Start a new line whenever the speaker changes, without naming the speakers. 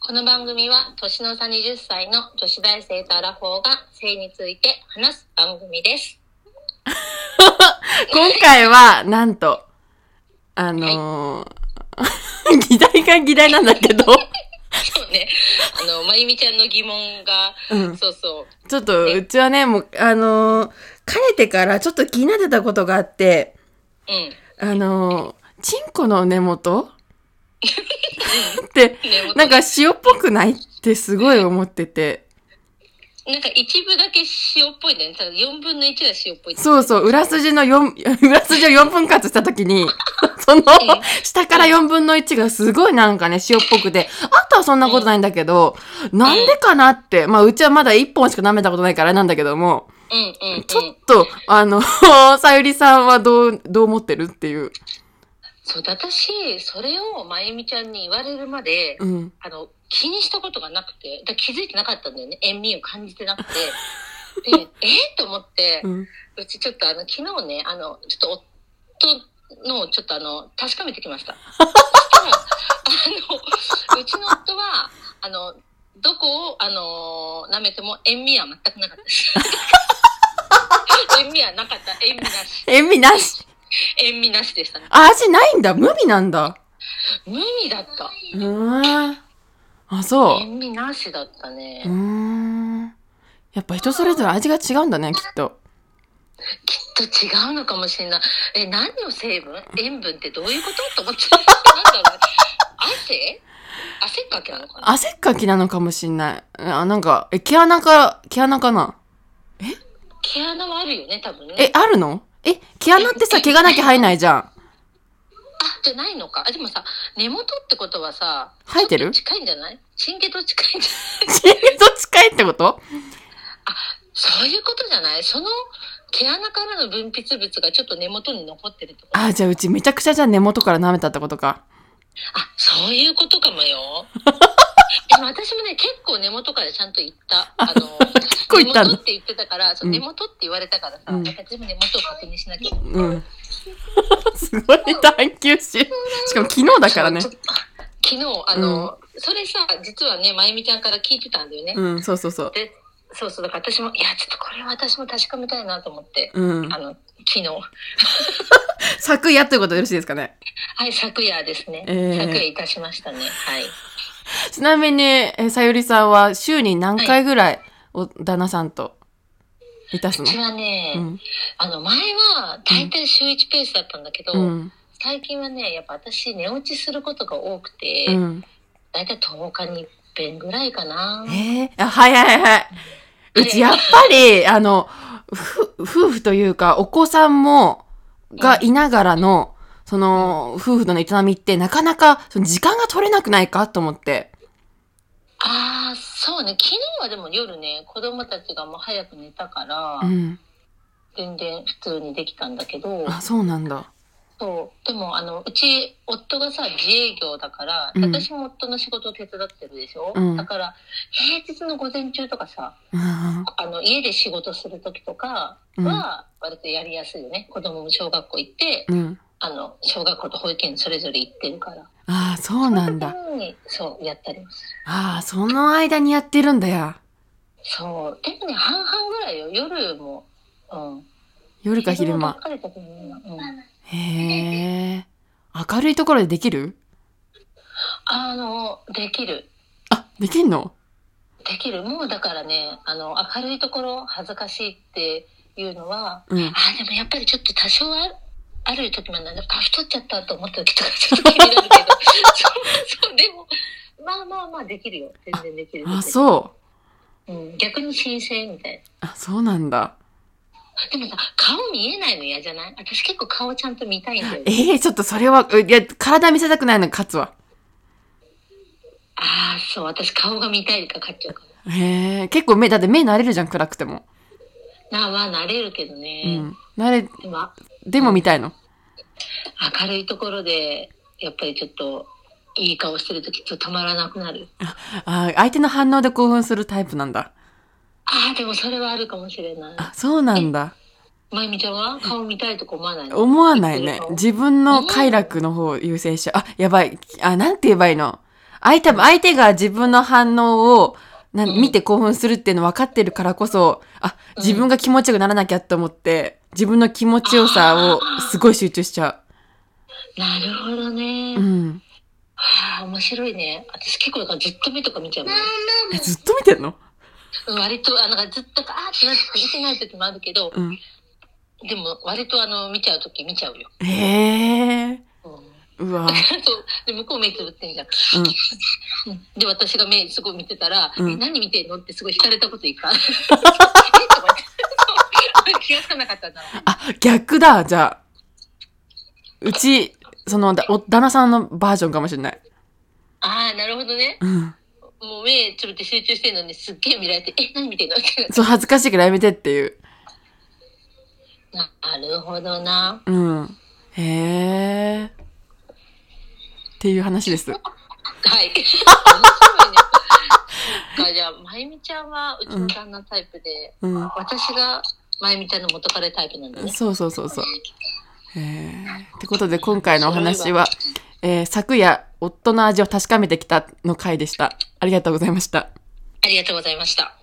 この番組は年の差20歳の女子大生とアラフォーが性について話す番組です。
今回は、なんと、あのー 議題が議題なんだけど、
そうね。あの、まゆみちゃんの疑問 が、
うん
そうそう。
ちょっと、うちはね、もう、あのーかれてからちょっと気になってたことがあって、
うん。ね
あのーチンコの根 元って、
もう
なんか塩っぽくないってすごい思ってて。
なんか一部だけ塩っぽいんだよね。ただ4分の1が塩っぽい。
そうそう、裏筋の4、裏 筋を4分割したときに、その、下から4分の1がすごいなんかね、塩っぽくて、あとはそんなことないんだけど、なんでかなって、まあうちはまだ1本しか舐めたことないからなんだけども、
うんうんうん。
ちょっと、あの、 さゆりさんはどう、どう思ってるっていう。
そうだ、私、それをまゆみちゃんに言われるまで、
うん。
あの、気にしたことがなくて、だ気づいてなかったんだよね。塩味を感じてなくて。で、えと思って
う、ん。
うちちょっとあの、昨日ね、あの、ちょっと夫のをちょっとあの、確かめてきました。そしたら、あの、うちの夫は、あの、どこを、あの舐めても塩味は全くなかったです。塩味はなかった。塩味なし。
塩味なし。
塩味なしでしたね。
あ、味ないんだ。無味なんだ。
無味だった。
うーん。あ、そう。
塩味なしだったね。
うーん。やっぱ人それぞれ味が違うんだね、きっと。
きっと違うのかもしれない。え、何の成分塩分ってどういうことと思って。なんだろう。汗汗っかけなのかな
汗っかきなのかもしんない。あ、なんか、え、毛穴か、毛穴かな
毛穴はあるよね、多分ね。
え、あるのえ、毛穴ってさ、毛がなきゃ入んないじゃん。
あ、じゃないのか。あ、でもさ、根元ってことはさ、
生えてる
ちょっと近いんじゃないチンゲと近いんじゃない
心臓近いってこと
そういうことじゃないその毛穴からの分泌物がちょっと根元に残ってるってことあ
あ、じゃあうちめちゃくちゃじゃあ根元から舐めたってことか。
そういうことかも よ。でも私もね、結構根元からちゃんと言った。あの、
結構言った
根
の
元って言ってたから、そう
うん
根元って言われたからさ、
うん
なんか全部根元を確認しなきゃ。
うん。すごい探求心。しかも昨日だからね
そ。うちょっと昨日、あの、それさ、実はね、まゆみちゃんから聞いてたんだよね。
うん、そうそうそう。
で、そうそう、だから私も、いや、ちょっとこれは私も確かめたいなと思って、
うん
あ。の、昨日、
昨夜ということでよろしいですかね。
はい、昨夜ですね、
えー
昨夜いたしましたね。はい。
ちなみに、え、さゆりさんは週に何回ぐらい、お、旦那さんと、いたす
う
の
ちはね、
うん。
あの、前は大体週1ペースだったんだけど、
うん。
最近はね、やっぱ私、寝落ちすることが多くて、
うん。
大体10日に一遍ぐらいかな。
ええあ、はいはいはい。うちやっぱ り、あの、ふ、夫婦というか、お子さんも、がいながらの、その、夫婦との営みって、なかなか、その時間が取れなくないかと思って。
ああ、そうね、昨日はでも夜ね、子供たちがもう早く寝たから、
うん。
全然普通にできたんだけど、
あ、そうなんだ。
そうでもあのうち夫がさ自営業だから、
うん
私も夫の仕事を手伝ってるでしょ、
うん
だから平日の午前中とかさ
うん。
あの家で仕事する時とか
うん
は割とやりやすいよね、子供も小学校行って
うん。
あの小学校と保育園それぞれ行ってるから
ああ、そうなんだ。
その時にそうやったりもする
ああ、その間にやってるんだよ。
そうでもね半々ぐらいよ夜も、うん、
夜か昼間。
ばっかりだけどねうん
へえ。明るいところでできる
あのできる
あ、できんの
できるもうだからねあの明るいところ恥ずかしいっていうのは
うん。
あでもやっぱりちょっと多少はある時もあるんだけどあ太っちゃったと思った時とかちょっと気に なるけどそうそうでもまあまあまあできるよ全然できる
あ、
う、
そう。
うん、逆に新鮮みたい
あ、そうなんだ。
なでもさ顔見えないの嫌じゃない私結構顔ちゃんと見たいんだよね
ええちょっとそれは、ういや、体見せたくないのが勝つわ。
ああそう私顔が見たいから買っちゃうか
へえ、結構目、だって目慣れるじゃん、暗くても。
らなあまあ慣れるけどね
う、ん。慣れ、
でもあ
でも見たいの。
明るいところでやっぱりちょっといい顔してる時ちょっとたまらなくなる
ああ、相手の反応で興奮するタイプなんだ。
ああでもそれはあるかもしれない
あ、そうなんだ。
まゆみちゃんは顔見たいとか思わないの
思わないね。自分の快楽の方を優先しちゃう。あ、やばい。あ、なんて言えばいいの相手、相手が自分の反応を、な
うん
見て興奮するっていうの分かってるからこそ、あ、
うん
自分が気持ちよくならなきゃと思って、自分の気持ちよさをすごい集中しちゃ
なるほどね。
う。うん。
はあ、面白いね。私結構なんかずっと目とか見ちゃうもん。
え、ずっと見てんの
割と、あなんかずっと、あーってなって見てない時もあるけど、
うん。
でも割とあの、見ちゃう時見ちゃうよ。
へえ。
うん。
うわ。
そう。 で、向こう目つぶってんじゃん。
うん。
で、私が目すごい見てたら、
うん
え何見てんのってすごい惹かれたこといい か。えとか言って気がつかなかったんだろう。
あ、逆だ、じゃあ。うち、その、だお旦那さんのバージョンかもしれない。
ああ、なるほどね。
うん。
もう目つぶって集中してるのにすっげえ見られて、え、何見てんのって。
そう、恥ずかしいからやめてっていう。
なるほどな。
うん。へえ。っていう話です。
はい。面白いね。あじゃあ、まゆみちゃんはうちの旦那タイプで、
うん。
私がまゆみちゃんの元彼タイプなんだね。
そうそうそうそう。へえ。ってことで、今回のお話は、えー昨夜、夫の味を確かめてきたの回でした。ありがとうございました。
ありがとうございました。